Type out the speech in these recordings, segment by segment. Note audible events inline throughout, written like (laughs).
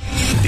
The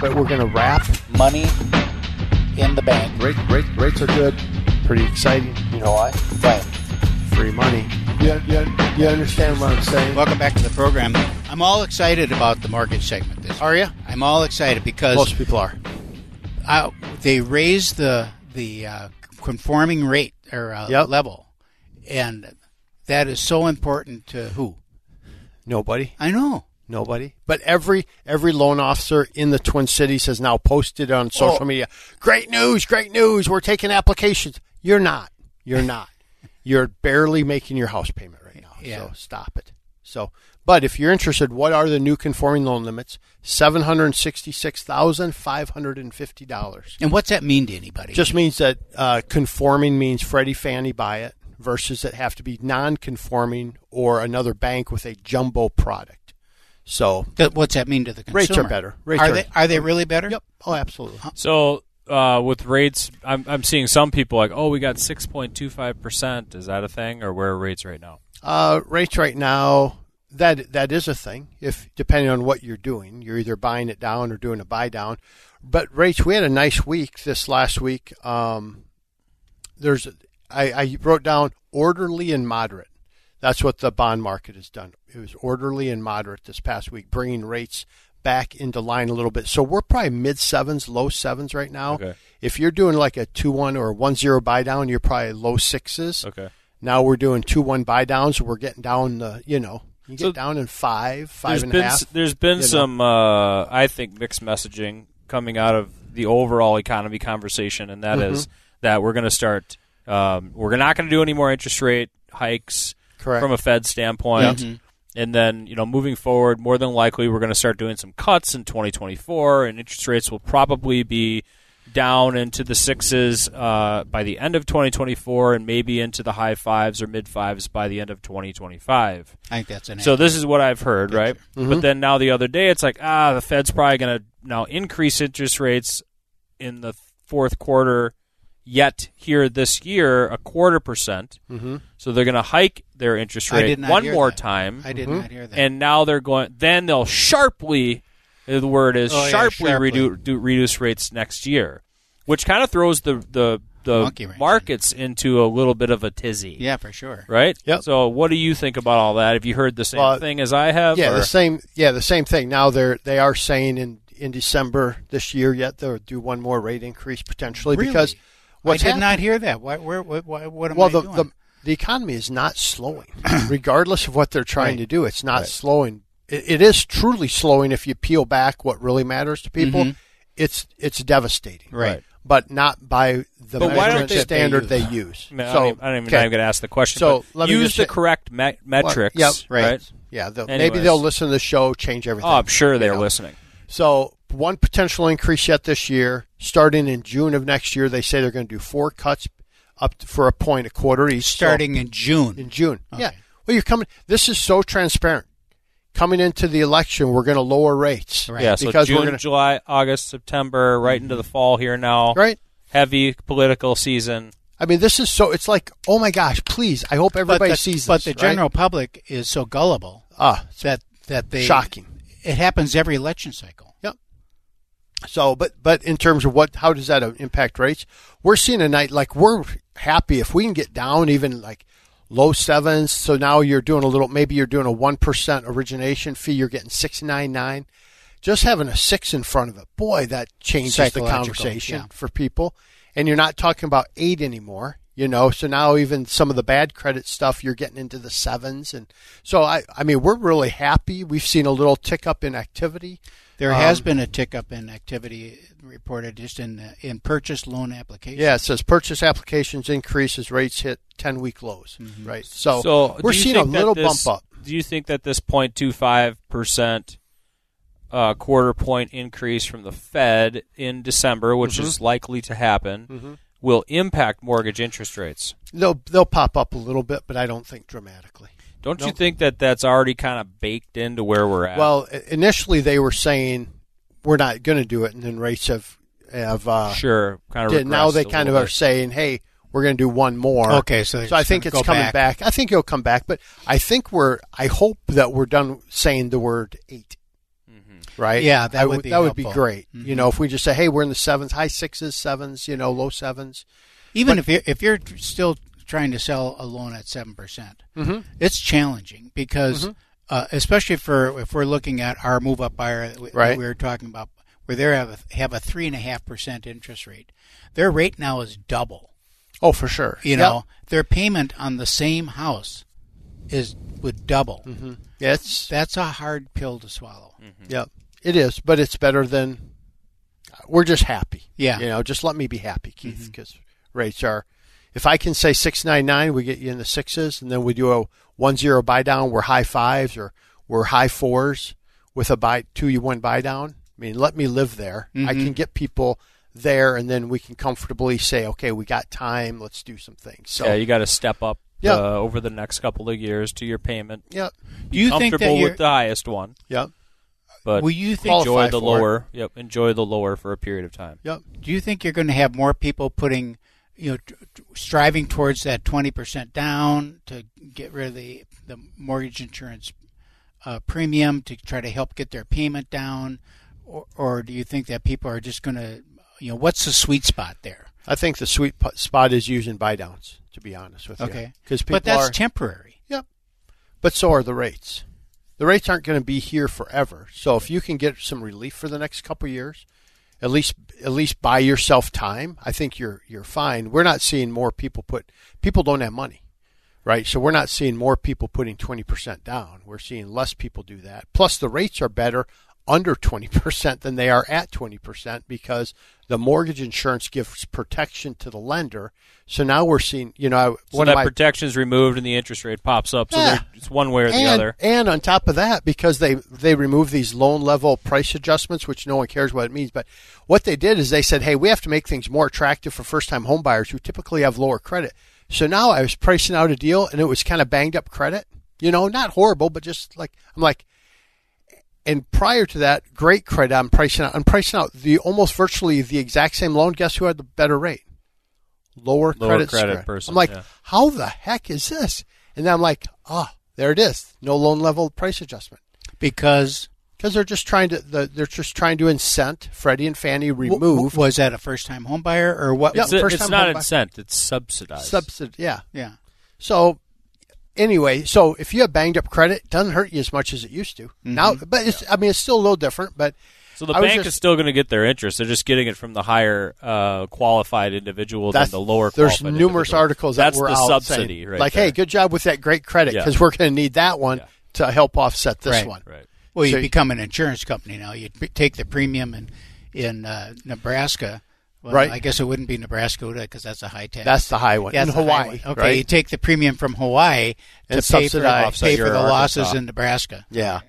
but we're going to wrap money in the bank. Rate, rate, rates are good. Pretty exciting. You know why? Right. Free money. You, you, you understand what I'm saying? Welcome back to the program. I'm all excited about the mortgage segment. This are you? I'm all excited because Most people are. uh, they raised the the uh, conforming rate or uh, Yep. level, and that is so important to who Nobody. I know. Nobody. But every every loan officer in the Twin Cities has now posted on social media. Great news, great news. We're taking applications. You're not. You're not. You're barely making your house payment right now. Yeah. So stop it. So but if you're interested, what are the new conforming loan limits? Seven hundred sixty six thousand five hundred and fifty dollars. And what's that mean to anybody? Just means that uh, conforming means Freddie Fannie buy it versus that have to be non-conforming or another bank with a jumbo product. So That- what's that mean to the consumer? Rates are better. Rates are, are- they? Are they really better? Yep. Oh, absolutely. So uh, with rates, I'm, I'm seeing some people like, oh, we got 6.25%. Is that a thing, or where are rates right now? Uh, rates right now that that is a thing. If depending on what you're doing, you're either buying it down or doing a buy down. But rates, we had a nice week this last week. Um, there's I, I wrote down orderly and moderate. That's what the bond market has done. It was orderly and moderate this past week, bringing rates back into line a little bit. So we're probably mid sevens, low sevens right now. Okay. If you're doing like a two one or one zero buy down, you're probably low sixes. Okay. Now we're doing two one buy downs. We're getting down the you know you get So down in five, five There's and a been half. s- there's been you know. some uh, I think mixed messaging coming out of the overall economy conversation, and that is Mm-hmm. that we're going to start um, we're not going to do any more interest rate hikes Correct. from a Fed standpoint. And then, you know, moving forward, more than likely, we're going to start doing some cuts in 2024, and interest rates will probably be down into the sixes uh, by the end of 2024, and maybe into the high fives or mid fives by the end of 2025. I think that's an. So this is what I've heard, right? Mm-hmm. But then now the other day, it's like ah, the Fed's probably going to now increase interest rates in the fourth quarter. Yet here this year, a quarter percent. Mm-hmm. So they're going to hike their interest I rate did not one hear more that. time, I did not Mm-hmm. hear that. and now they're going. Then they'll sharply, the word is Oh, yeah, sharply, sharply. Redu- do, reduce rates next year, which kind of throws the the Monkey the wrench. markets into a little bit of a tizzy yeah, for sure. right? Yep. So, what do you think about all that? Have you heard the same Well, thing as I have? yeah, or- the same. Yeah, the same thing. Now they're they are saying in in December this year yet they'll do one more rate increase potentially Really? because what's I did happening- not hear that. Why, where, what, why, what am well I the, doing? the the economy is not (clears throat) slowing regardless of what they're trying to Right. do it's not slowing it, it is truly slowing if you peel back what really matters to people it's it's devastating Mm-hmm. Right. but not by the But why don't measurement they- standard they they use. use I, mean, I so don't even, I don't even know okay. I'm going to ask the question. So, but let me use just the say- correct me- metrics. Well, yep, right. yeah they'll- maybe Anyways. they'll listen to the show change everything Oh, I'm sure they're Yeah. listening. So one potential increase yet this year, starting in June of next year. They say they're going to do four cuts up to, for a point a quarter each, so starting in June. in June. Yeah. Well, you're coming. This is so transparent. Coming into the election, we're going to lower rates, Right. Yeah, so Because June, we're gonna- Mm-hmm. July, August, September, right into the fall here now. right? Heavy political season. I mean, this is so. It's like, oh my gosh, please! I hope everybody but the, sees this. but the right? general public is so gullible ah, that that they shocking. It happens every election cycle. So, but but in terms of what, how does that uh, impact rates? We're seeing a night like we're happy if we can get down even like low sevens. So now you're doing a little, maybe you're doing a one percent origination fee. You're getting six nine nine. Just having a six in front of it, boy, that changes the Psychological, conversation yeah. for people. And you're not talking about eight anymore, you know. So now even some of the bad credit stuff, you're getting into the sevens, and so I, I mean, we're really happy. We've seen a little tick up in activity. There has Um, been a tick up in activity reported just in the, in purchase loan applications. Yeah, it says purchase applications increase as rates hit ten week lows. Right, so, Mm-hmm. So we're do you seeing a think that little this- bump up. Do you think that this 0.25 percent uh, quarter point increase from the Fed in December, which Mm-hmm. is likely to happen, will impact mortgage interest rates. They'll they'll pop up a little bit, but I don't think dramatically. Don't you Nope. think that that's already kind of baked into where we're at? Well, i- initially they were saying we're not going to do it, and then rates have have uh, sure, kind of. did- now regressed they a kind of little are bit. saying, hey, we're going to do one more. Okay, so they're so I just think gonna it's go coming back. back. I think it'll come back, but I think we're. I hope that we're done saying the word 8 Right? Mm-hmm. Yeah, that I would would be that would be helpful. Mm-hmm. great. You know, if we just say, "Hey, we're in the sevens, high sixes, sevens, you know, low sevens. Even if you're, if you're still trying to sell a loan at seven percent, Mm-hmm. it's challenging because, uh, especially for if we're looking at our move up buyer that we, that Right. we were talking about, where they have a, have a three and a half percent interest rate, their rate now is double. Oh, for sure. You Yep. know, their payment on the same house is would double. Yeah, it's That's a hard pill to swallow. Mm. yeah, it is, but it's better than. We're just happy. Yeah. Mm-hmm. You know, just let me be happy, Keith, because rates are. If I can say six nine nine, we get you in the sixes, and then we do a one zero buy down. We're high fives or we're high fours with a buy two you one buy down. I mean, let me live there. I Mm-hmm. can get people there, and then we can comfortably say, okay, we got time. Let's do some things. So yeah, you got to step up Yeah. uh, over the next couple of years to your payment. yeah, Do you think that Comfortable you're, with the highest one, yeah, but will you think Qualify enjoy the for it. lower. Yep, enjoy the lower for a period of time. yeah. do you think you're going to have more people putting you know t- t- striving towards that 20% down to get rid of the the mortgage insurance uh, premium to try to help get their payment down or, or do you think that people are just going to you know what's the sweet spot there I think the sweet po- spot is using buy downs. To be honest with you, okay because people but that's are temporary Yep. But so are the rates. The rates aren't going to be here forever. So if you can get some relief for the next couple of years, at least at least buy yourself time. I think you're you're fine. We're not seeing more people put people don't have money. Right? So we're not seeing more people putting 20% down. We're seeing less people do that. Plus the rates are better under 20% than they are at 20% because the mortgage insurance gives protection to the lender. So now we're seeing, you know, I- So one of that my protection's removed and the interest rate pops up. So Yeah. they're- it's one way or the and, other. And on top of that, because they they removed these loan level price adjustments, which no one cares what it means, but what they did is they said, hey, we have to make things more attractive for first time home buyers who typically have lower credit. So now I was pricing out a deal, and it was kind of banged up credit. You know, not horrible, but just like I'm like. And prior to that, great credit. I'm pricing out. I'm pricing out the almost virtually the exact same loan. Guess who had the better rate? Lower, Lower credit, credit score. person, I'm like, yeah. how the heck is this? And then I'm like, ah, there it is. No loan level price adjustment because because they're just trying to the, they're just trying to incent Freddie and Fannie remove w- was that a first time home buyer or what Yeah. It's, a- first it's time not home buy- incent; it's subsidized. subsidy. Yeah. yeah So anyway, so if you have banged up credit, it doesn't hurt you as much as it used to now. Mm-hmm. But it's, I mean, it's still a little different. But so the I was bank just- is still going to get their interest; they're just getting it from the higher uh, qualified individual than that's the lower. There's qualified numerous individual. articles That's that were the out subsidy, saying, right? like, there. hey, good job with that great credit Yeah. because we're going to need that one Yeah. to help offset this Right. one. Right. Well, you So- become an insurance company now. You p- take the premium in in uh, Nebraska. Well, Right. I guess it wouldn't be Nebraska because that's a high tax. That's the high one Yeah, in it's the high Hawaii. one. Okay, right? you take the premium from Hawaii to And pay for, uh, subsidize- pay for Your the losses Arkansas. in Nebraska. Yeah.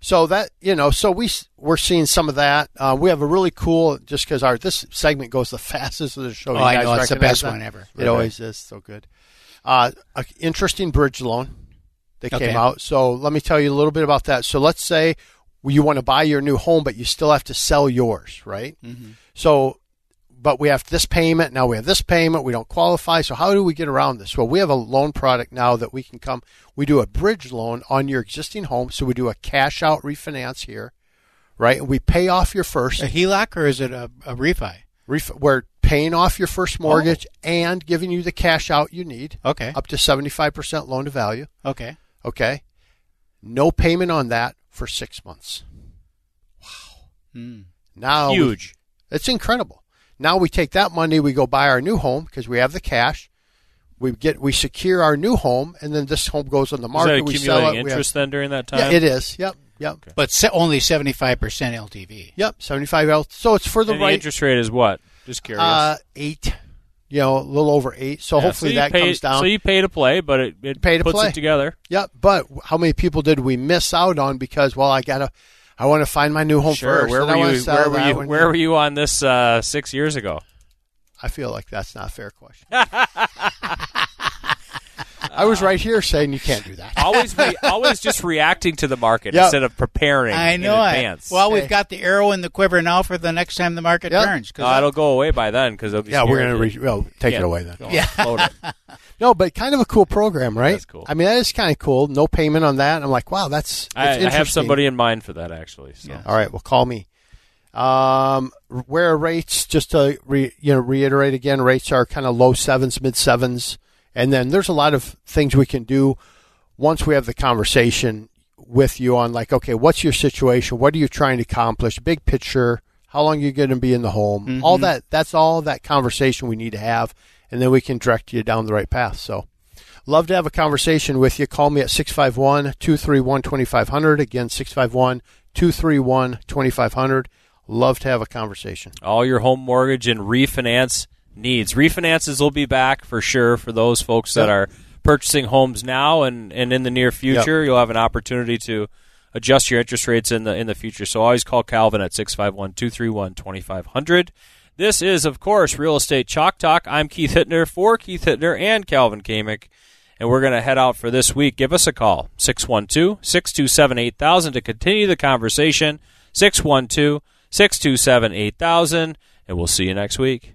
So that you know, so we s- we're seeing some of that. Uh, we have a really cool just because our this segment goes the (laughs) fastest of the show. Oh, You I guys know, it's the recognize best that? one ever. It Right. always is so good. Uh, a interesting bridge loan that Okay. came out. So let me tell you a little bit about that. So let's say you want to buy your new home, but you still have to sell yours, right? Mm-hmm. So, but we have this payment now. We have this payment. We don't qualify. So how do we get around this? Well, we have a loan product now that we can come. We do a bridge loan on your existing home. So we do a cash out refinance here, right? And we pay off your first. A HELOC or is it a, a refi? Ref- we're paying off your first mortgage and giving you the cash out you need, Okay. up to seventy five percent loan to value. Okay. Okay. No payment on that for six months. Mm. Now we- Hmm. Huge. it's incredible. Now we take that money, we go buy our new home because we have the cash. We get we secure our new home, and then this home goes on the Is that market. we sell it. accumulating we have- interest then during that time? yeah, it is. Yep. Yep. But se- only seventy five percent LTV. Yep. Seventy five L. So it's for the And right interest rate is what? Just curious. uh, eight. You know, a little over eight. So Yeah, hopefully you that pay- comes down. So you pay to play, but it, it Pay to puts play. it together. Yep. But how many people did we miss out on because well, I gotta, I want to find my new home sure. first. Where and I were wanna you? sell Where were that you? one. Where were you on this uh, six years ago? I feel like that's not a fair (laughs) question. I was right here saying you can't do that. Always, (laughs) re- always just reacting to the market Yep. instead of preparing. I know in it. advance. Well, we've got the arrow in the quiver now for the next time the market Yep. turns. 'cause Uh, it'll go away by then because it'll be. Yeah, we're scared. gonna re- well, take it Yeah. away then. Go on, float it. (laughs) No, but kind of a cool program, right? That's cool. I mean, that is kind of cool. No payment on that. I'm like, wow, that's, that's I, I interesting. have somebody in mind for that actually. So. All right, well, call me. Um, where are rates? Just to re, you know reiterate again, rates are kind of low sevens, mid sevens, and then there's a lot of things we can do once we have the conversation with you on like, okay, what's your situation? What are you trying to accomplish? Big picture. How long you going to be in the home? All that. That's all that conversation we need to have, and then we can direct you down the right path. So. Love to have a conversation with you. Call me at 651 231 2500. Again, 651 231 2500. Love to have a conversation. all your home mortgage and refinance needs. Refinances will be back for sure for those folks that Yep. are purchasing homes now and, and in the near future. You'll have an opportunity to adjust your interest rates in the in the future. So always call Calvin at 651-231-2500. This is of course Real Estate Chalk Talk. I'm Keith Hittner for Keith Hittner and Calvin Kamick. And we're going to head out for this week. Give us a call, 612 627 8000 to continue the conversation. 612 627 8000. And we'll see you next week.